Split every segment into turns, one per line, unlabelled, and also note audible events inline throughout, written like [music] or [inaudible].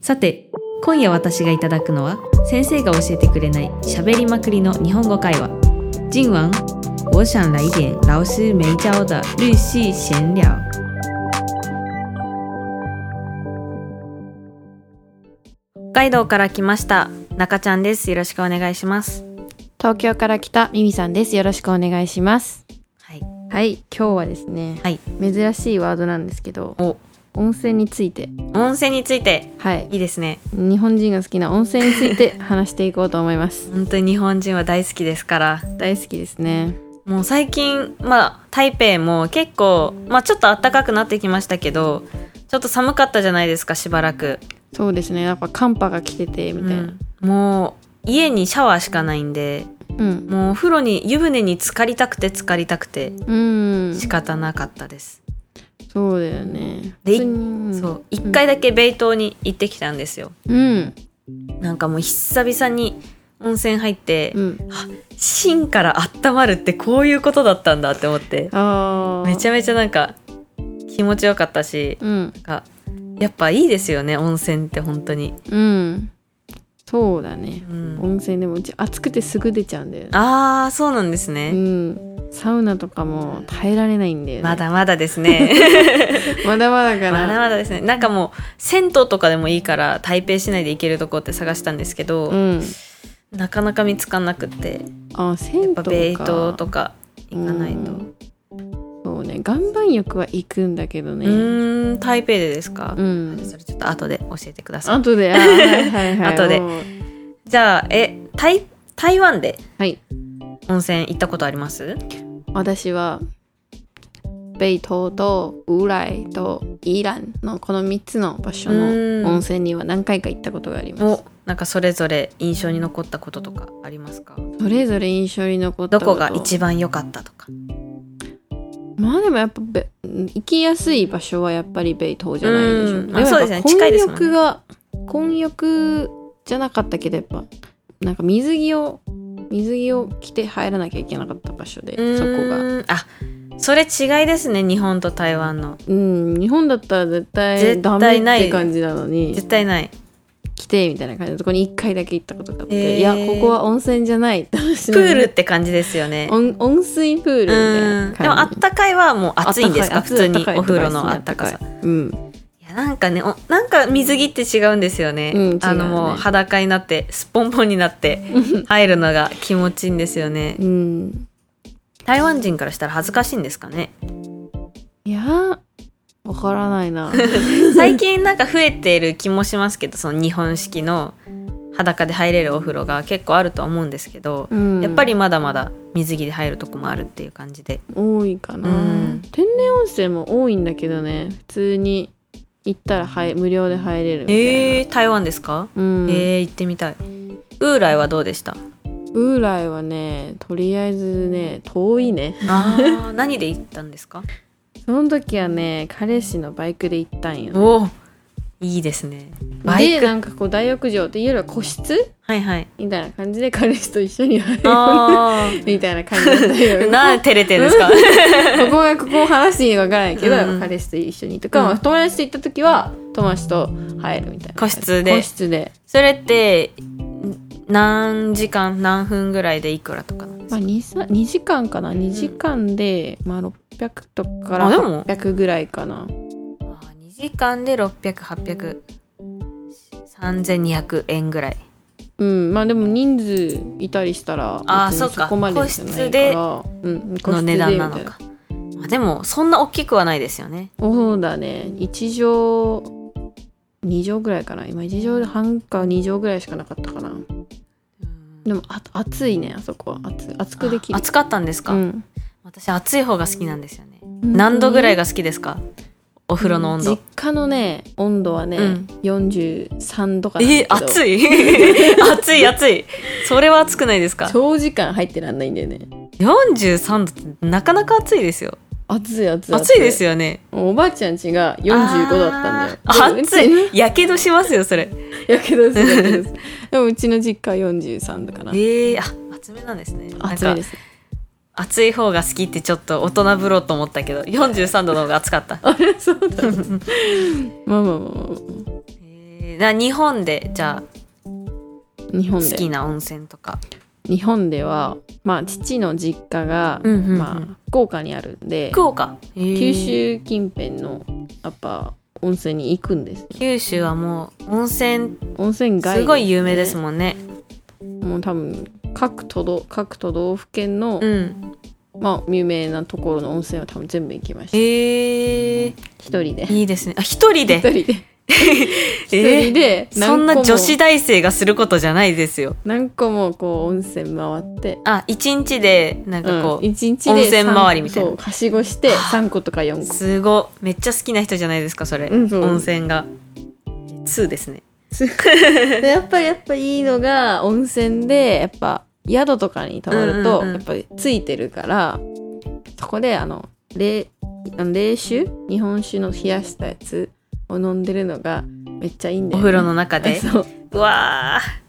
さて今夜私がいただくのは先生が教えてくれない喋りまくりの日本語会話今晚我想来一点老师没教的日系闲聊北海道から来ました中ちゃんですよろしくお願いします
東京から来たミミさんです。よろしくお願いします。
はい
はい、今日はですね、
はい
珍しいワードなんですけど、
お
温泉について、
温泉について
はい、
いいですね
日本人が好きな温泉について [laughs] 話していこうと思います。
本当に日本人は大好きですから
大好きですね。
もう最近、まあ、台北も結構、まあ、ちょっと暖かくなってきましたけどちょっと寒かったじゃないですかしばらく、
そうですね、やっぱ寒波が来ててみたいな。
うんもう家にシャワーしかないんで
うん、
もうお風呂に湯船に浸かりたくて浸かりたくて
うん、
仕方なかったです、
そうだよね。
で
普通にうん
そう一回だけ米東に行ってきたんですよ
うん、
なんかもう久々に温泉入って、
うん、
芯から温まるってこういうことだったんだって思って
ああ、
めち
ゃ、
ゃめちゃなんか気持ちよかったし
うん、
がやっぱいいですよね温泉って本当に、
うん、そうだね。
うん、
温泉でもうち暑くてすぐ出ちゃうんだよね。
ああそうなんです
う
ね、
ん、サウナとかも耐えられないんだよね。
まだまだですね
まだまだか
ま
な。
だまだですねなんかもう銭湯とかでもいいから台北市内で行けるとこって探したんですけど、
うん。
なかなか見つかんなくって
あ、銭
やっ
湯
ぱ
か。
米東とか行かないと
う。
うん
そうね、岩盤浴は行くんだけどね。
ーん台北でですか、
うん。
それちょっと後で教えてください
あとで、あはいはいはい。
[laughs] 後で
もう
じゃあえ台台湾で
はい。
温泉行ったことあります
私は、ベイ島とウーライとイーランのこの3つの場所
うん
の温泉には何回か行ったことがあります
お。なんかそれぞれ印象に残ったこととかありますか
それぞれ印象に残った
ど
こ。
ことが一番良かったとか
まあでもやっぱべ行きやすい場所はやっぱりベイ島じゃないでしょ
うん
もやっぱ
そうですね近いですもんね
混浴が混浴じゃなかったけどやっぱなんか水着を水着を着て入らなきゃいけなかった場所でそこが
があそれ違いですね日本と台湾の
うん日本だったら絶対
絶対
ダメっ
ない
て感じなのに
絶対ない
来てみたいな感じのとこに1回だけ行ったことがあって、
へー
いやここは温泉じゃないって
プ
話なの
ールって感じですよね
温温水プールみ
う
たい
ん
な感じ
でもあったかいはもう暑いんですか
あった
普
か
通
い
に
あったかい
お風呂の
あ
あ
っ
った
た
か
かい
さ
うん
いやなんかねおなんか水着って違うんですよね、
うん違うね
あのもう裸になってすっぽんぽんにな
[laughs]
って入るのが気持ちいいんですよね
うん
台湾人からしたら恥ずかしいんですかね
いやーわからないな
[laughs] 最近なんか増えてる気もしますけどその日本式の裸で入れるお風呂が結構あるとは思うんですけど、やっぱりまだまだ水着で入るとこもあるっていう感じで
多いかな、
うん
天然温泉も多いんだけどね普通に行ったら入無料で入れるみたいな、
えー、台湾ですか、
うん
えー、行ってみたいウーライはどうでした
ウーライはねとりあえずね遠いね
あー [laughs] 何で行ったんですか
その時はね彼氏のバイクで行ったんよ、ね、
おおいいですねバイ
でなんかこう大浴場っていわゆる個室
はい [laughs] はい
みたいな感じで彼氏と一緒に入る
あ
[laughs] みたいな感じだった
ー [laughs]
よ
なんで照れてるんですか
ここがここを話していいのかわからないけど、
うん
彼氏と一緒にとか、まあ友達と行った時は友達と入るみたいな
個室で
個室で、
それってん何時間何分ぐらいでいくらとかなんですか
まあ、2, さ2時間かな2時間で、まあ、600とかか
あ
ら
でも
800ぐらいかな
あー2時間で6008003,200円ぐらい
うんまあでも人数いたりしたら
あー
別に
そうか
そこまでじゃないからうん、個
の
室で
値段な
み
の
たい
かまあでもそんな大きくはないですよね
そうだね1畳2畳ぐらいかな今1畳半か2畳ぐらいしかなかったかなでもあ暑いねあそこは暑暑くできる
あ暑かったんですか、
うん
私暑い方が好きなんですよね何度ぐらい
が
が好きですかお風呂の温度
実家のね温度はね、
うん
43度かなんだ
え
けど
暑い [laughs] 暑い暑いそれは暑くないですか
長時間入ってらんないんだよね
43度ってなかなか暑いですよ
暑い暑い
暑いですよね
おばあちゃん家が45度だったんだよ
あー暑
[laughs] でもう
いやけどしますよそれ
ちやけどするやけどするでもうちの実家は43度かな
えー、あ厚めなんですねなん
暑い
か
です
暑い方が好きってちょっと大人ぶろうと思ったけど43度の方が暑かった
あれそうだまあまあまあまあ
えーえーな日本でじゃあ
日本
好
で
きな温泉とか。
日本ではまあ父の実家が、
うんうんうん
まあ、福岡にあるんで
福岡、
九州近辺のやっぱ温泉に行くんですよ
九州はもう温泉
温泉街
すごい有名です
も
もんね。
んもう多分各都道各都道府県の、
うん。
まあ有名なところの温泉は多分全部行きました
えー、
一人で
いいですね。あ、一人
一
で。
人で一
え
人
ー
で何
そん
個
な
も
女子大生がすることじゃないですよ。
何個もこう温泉回って
あ、一日で、なんかこ
うん
う、
一日で
温泉回りみたいな
そうはしごして3個とか4個
すごい。めっちゃ好きな人じゃないですか、それ。
うんそう
温泉が。2ですね。
でやっぱりやっぱいいのが温泉でやっぱ宿とかに泊まると、
うんうんうん
やっぱりついてるからそこであの冷あの冷酒日本酒の冷やしたやつを飲んでるのがめっちゃいいんだ
お
よ、
風
ね、。
呂の中で
そう
うわー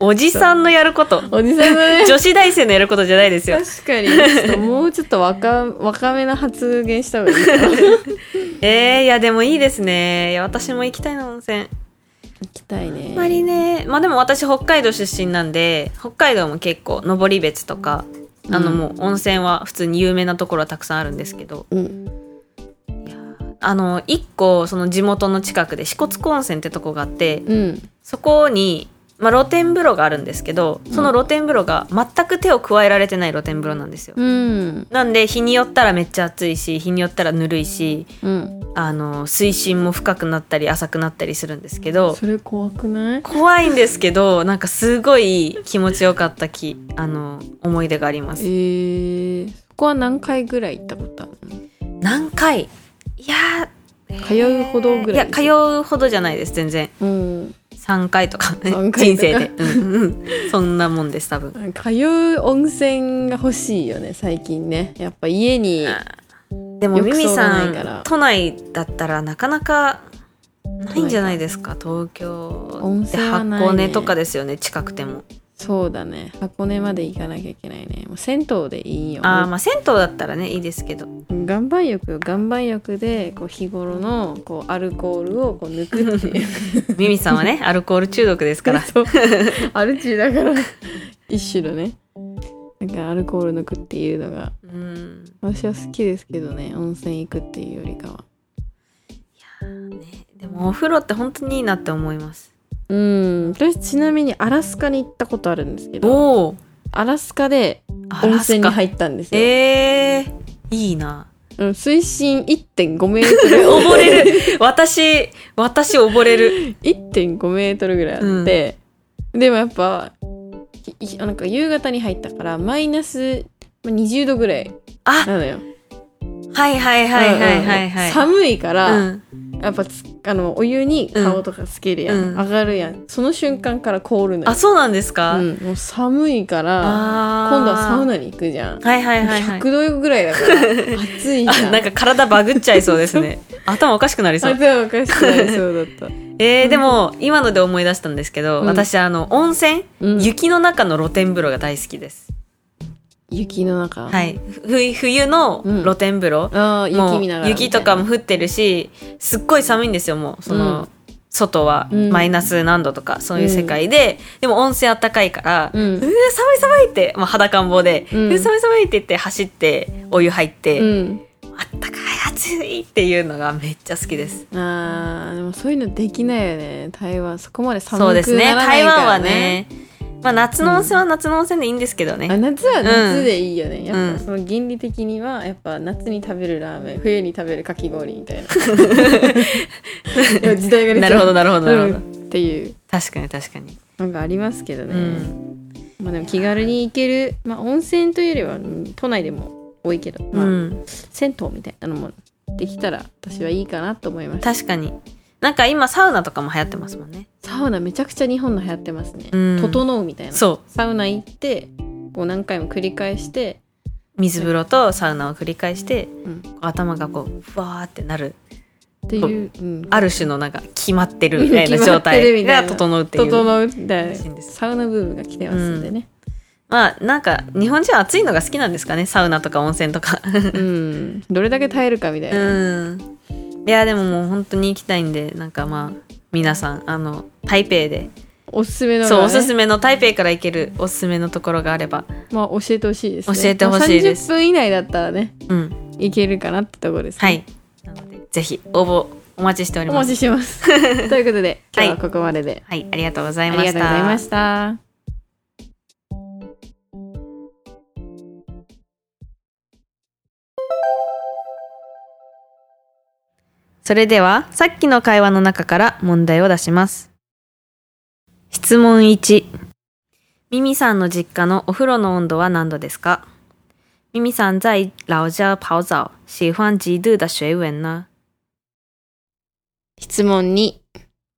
おじさんのやること。
おじさんがね
女子大生のやることじゃないですよ。
確かにちょっともうちょっと若若めな発言した方がいい
[laughs]
かな行
えー、いやでもいいですね。いや私も行きたいな温泉。
きたい
あんま
ね
りね、まあでも私北海道出身なんで、北海道も結構登別とか、あの
うん
もう温泉は普通に有名なところはたくさんあるんですけど、
うん
あの一個その地元の近くで支笏湖温泉ってとこがあって、
うん
そこに。まあ、露天風呂があるんですけどその露天風呂が全く手を加えられてない露天風呂なんですよ、
うん
なんで日によったらめっちゃ暑いし日によったらぬるいし
うん
あの水深も深くなったり浅くなったりするんですけど
それ怖くない
怖いんですけどなんかすごい気持ちよかったきあの思い出がありま
え
す
ー、そこは何回ぐらい行ったことあるの
何回いやー
通うほどぐらい
いや通うほどじゃないです全然
うん、
3回とか
三回とか
人生で、うんうん、そんなもんです多分
通う温泉が欲しいよね最近ねやっぱ家に
でもミ
浴
ミ
槽がな
さ
いから
ん都内だったらなかなかないんじゃないですか東京
温
で
泉はないね
箱根とかですよね近くても
そうだね箱根まで行かなきゃいけないねもう銭湯でいいよ
あーまあ銭湯だったらねいいですけど
岩盤浴よ岩盤浴でこう日頃のこうアルコールをこう抜くっていう
ミミさんは
[laughs]
ねアルコール中毒ですから
そうアルチだから一種のねなんかアルコール抜くっていうのが
うん
私は好きですけどね温泉行くっていうよりかは
ね、でもお風呂って本当にいいなって思います。
うん私ちなみにアラスカに行ったことあるんですけど
おお、
アラスカで
ア
温
ラス
泉に
カ。
入ったんですよ、
えー、いいな。
うん水深1.5メート [laughs] ル
溺れる。私、私溺れる。
1.5メートルぐらいあって、でもやっぱいいなんか夕方に入ったからマイナスまあ20度ぐらい
あ、
なのよ
はいはいはいはいはいはい。
うんうんうん寒いから、
うん
やっぱつあのお湯に顔とかつけるやん、
うん
上がるやんその瞬間から凍るのよ
あ、そうなんですか。
うん、もう寒いから
あー
今度はサウ。ナに行くじゃん、
はいはいはいはい。
100度ぐらいだから
[laughs]
暑いじ
あ
ゃん
なんか体バグっちゃいそうです
[laughs]
ね。頭おかしくなりそ
あ
う。
でもおかしくなりそう
[laughs]
だった、
えー、でも、今ので思い出したんですけど、
うん
私、あの、温泉、
うん
雪の中の露天風呂が大好きです。
雪の中
はい。ふ冬の露天風呂。
ああ
もう
雪見ながらみたいな
雪とかも降ってるしすっごい寒いんですよもうその、
うん
外は
うん
マイナス何度とかそういう世界で、でも温泉あったかいから「う
う
ー寒
ん
い寒い」って、まあ、裸ん坊で「う
うん
ー寒い寒い」って言って走ってお湯入って、
うん
あったかい暑いっていうのがめっちゃ好きです。
あーでもそういうのできないよね台湾そこまで寒
そうで
く
すね
ならない
台
か
湾は
ら
ね、まあ、夏の温泉は夏の温泉でいいんですけどね、
あ夏は夏でいいよね、やっ
うん
ぱその原理的にはやっぱ夏に食べるラーメン冬に食べるかき氷み
[laughs]
たいないや時代が出ちゃ
なる
う
ほどなるほどなるほど、
うんっていう
確かに確かに、
なんかありますけど
う
ね、
ん
まあでも気軽に行ける、まあ、温泉というよりはうん都内でも多いけど、まあ
うん、
銭湯みたいなのもできたら私はいいかなと思いました
確かになんか今サウナとかも流行ってますもんね
サウナめちゃくちゃ日本の流行ってますね、
うん
整うみたいな
そう
サウナ行ってこう何回も繰り返して
水風呂とサウナを繰り返して、
うん
こう頭がこうふわーってなる
っていう、うん、
ある種のなんか決まってるみたいな
[laughs] 決ま
状
ってる
態
みたいな
が整うっていう
整うみたい
らしいん
な
です
サウナブームが来てますんでね、
まあなんか日本人は暑いのが好きなんですかねサウナとか温泉と
[laughs]
か
うんどれだけ耐えるかみたいうな、
んいやでももう本当に行きたいんでなんかまあ皆さんあの台北で、
おすすめのが、ね、
そうおすすめの台北から行けるおすすめのところがあれば、
まあ、教えてほしいです、ね、
教えてほしいです
まあ30分以内だったらね
うん、
いけるかなってところです、
は
ね、
いなのでぜひ応募お待ちしており
お
ま
待
す
ちしてます
[laughs]
ということで今日ははいここまでで、
はいありがとうござい
あ
ま
り
し
がとう
た
ございました
それではさっきの会話の中から問題を出します。質問1ミミさんの実家のお風呂の温度は何度ですかミミさん在老家泡澡喜欢几度的水温呢
質問2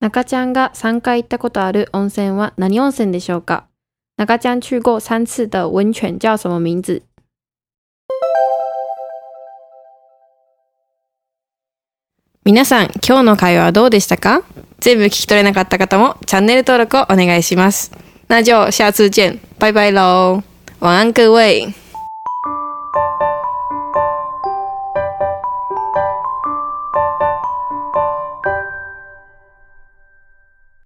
中ちゃんが3回行ったことある温泉は何温泉でしょうか中ちゃん去过3次的温泉叫什么名字皆さん、今日の会話はどうでしたか全部聞き取れなかった方もチャンネル登録をお願いします。那就下次见。バイバイ喽。晚安各位。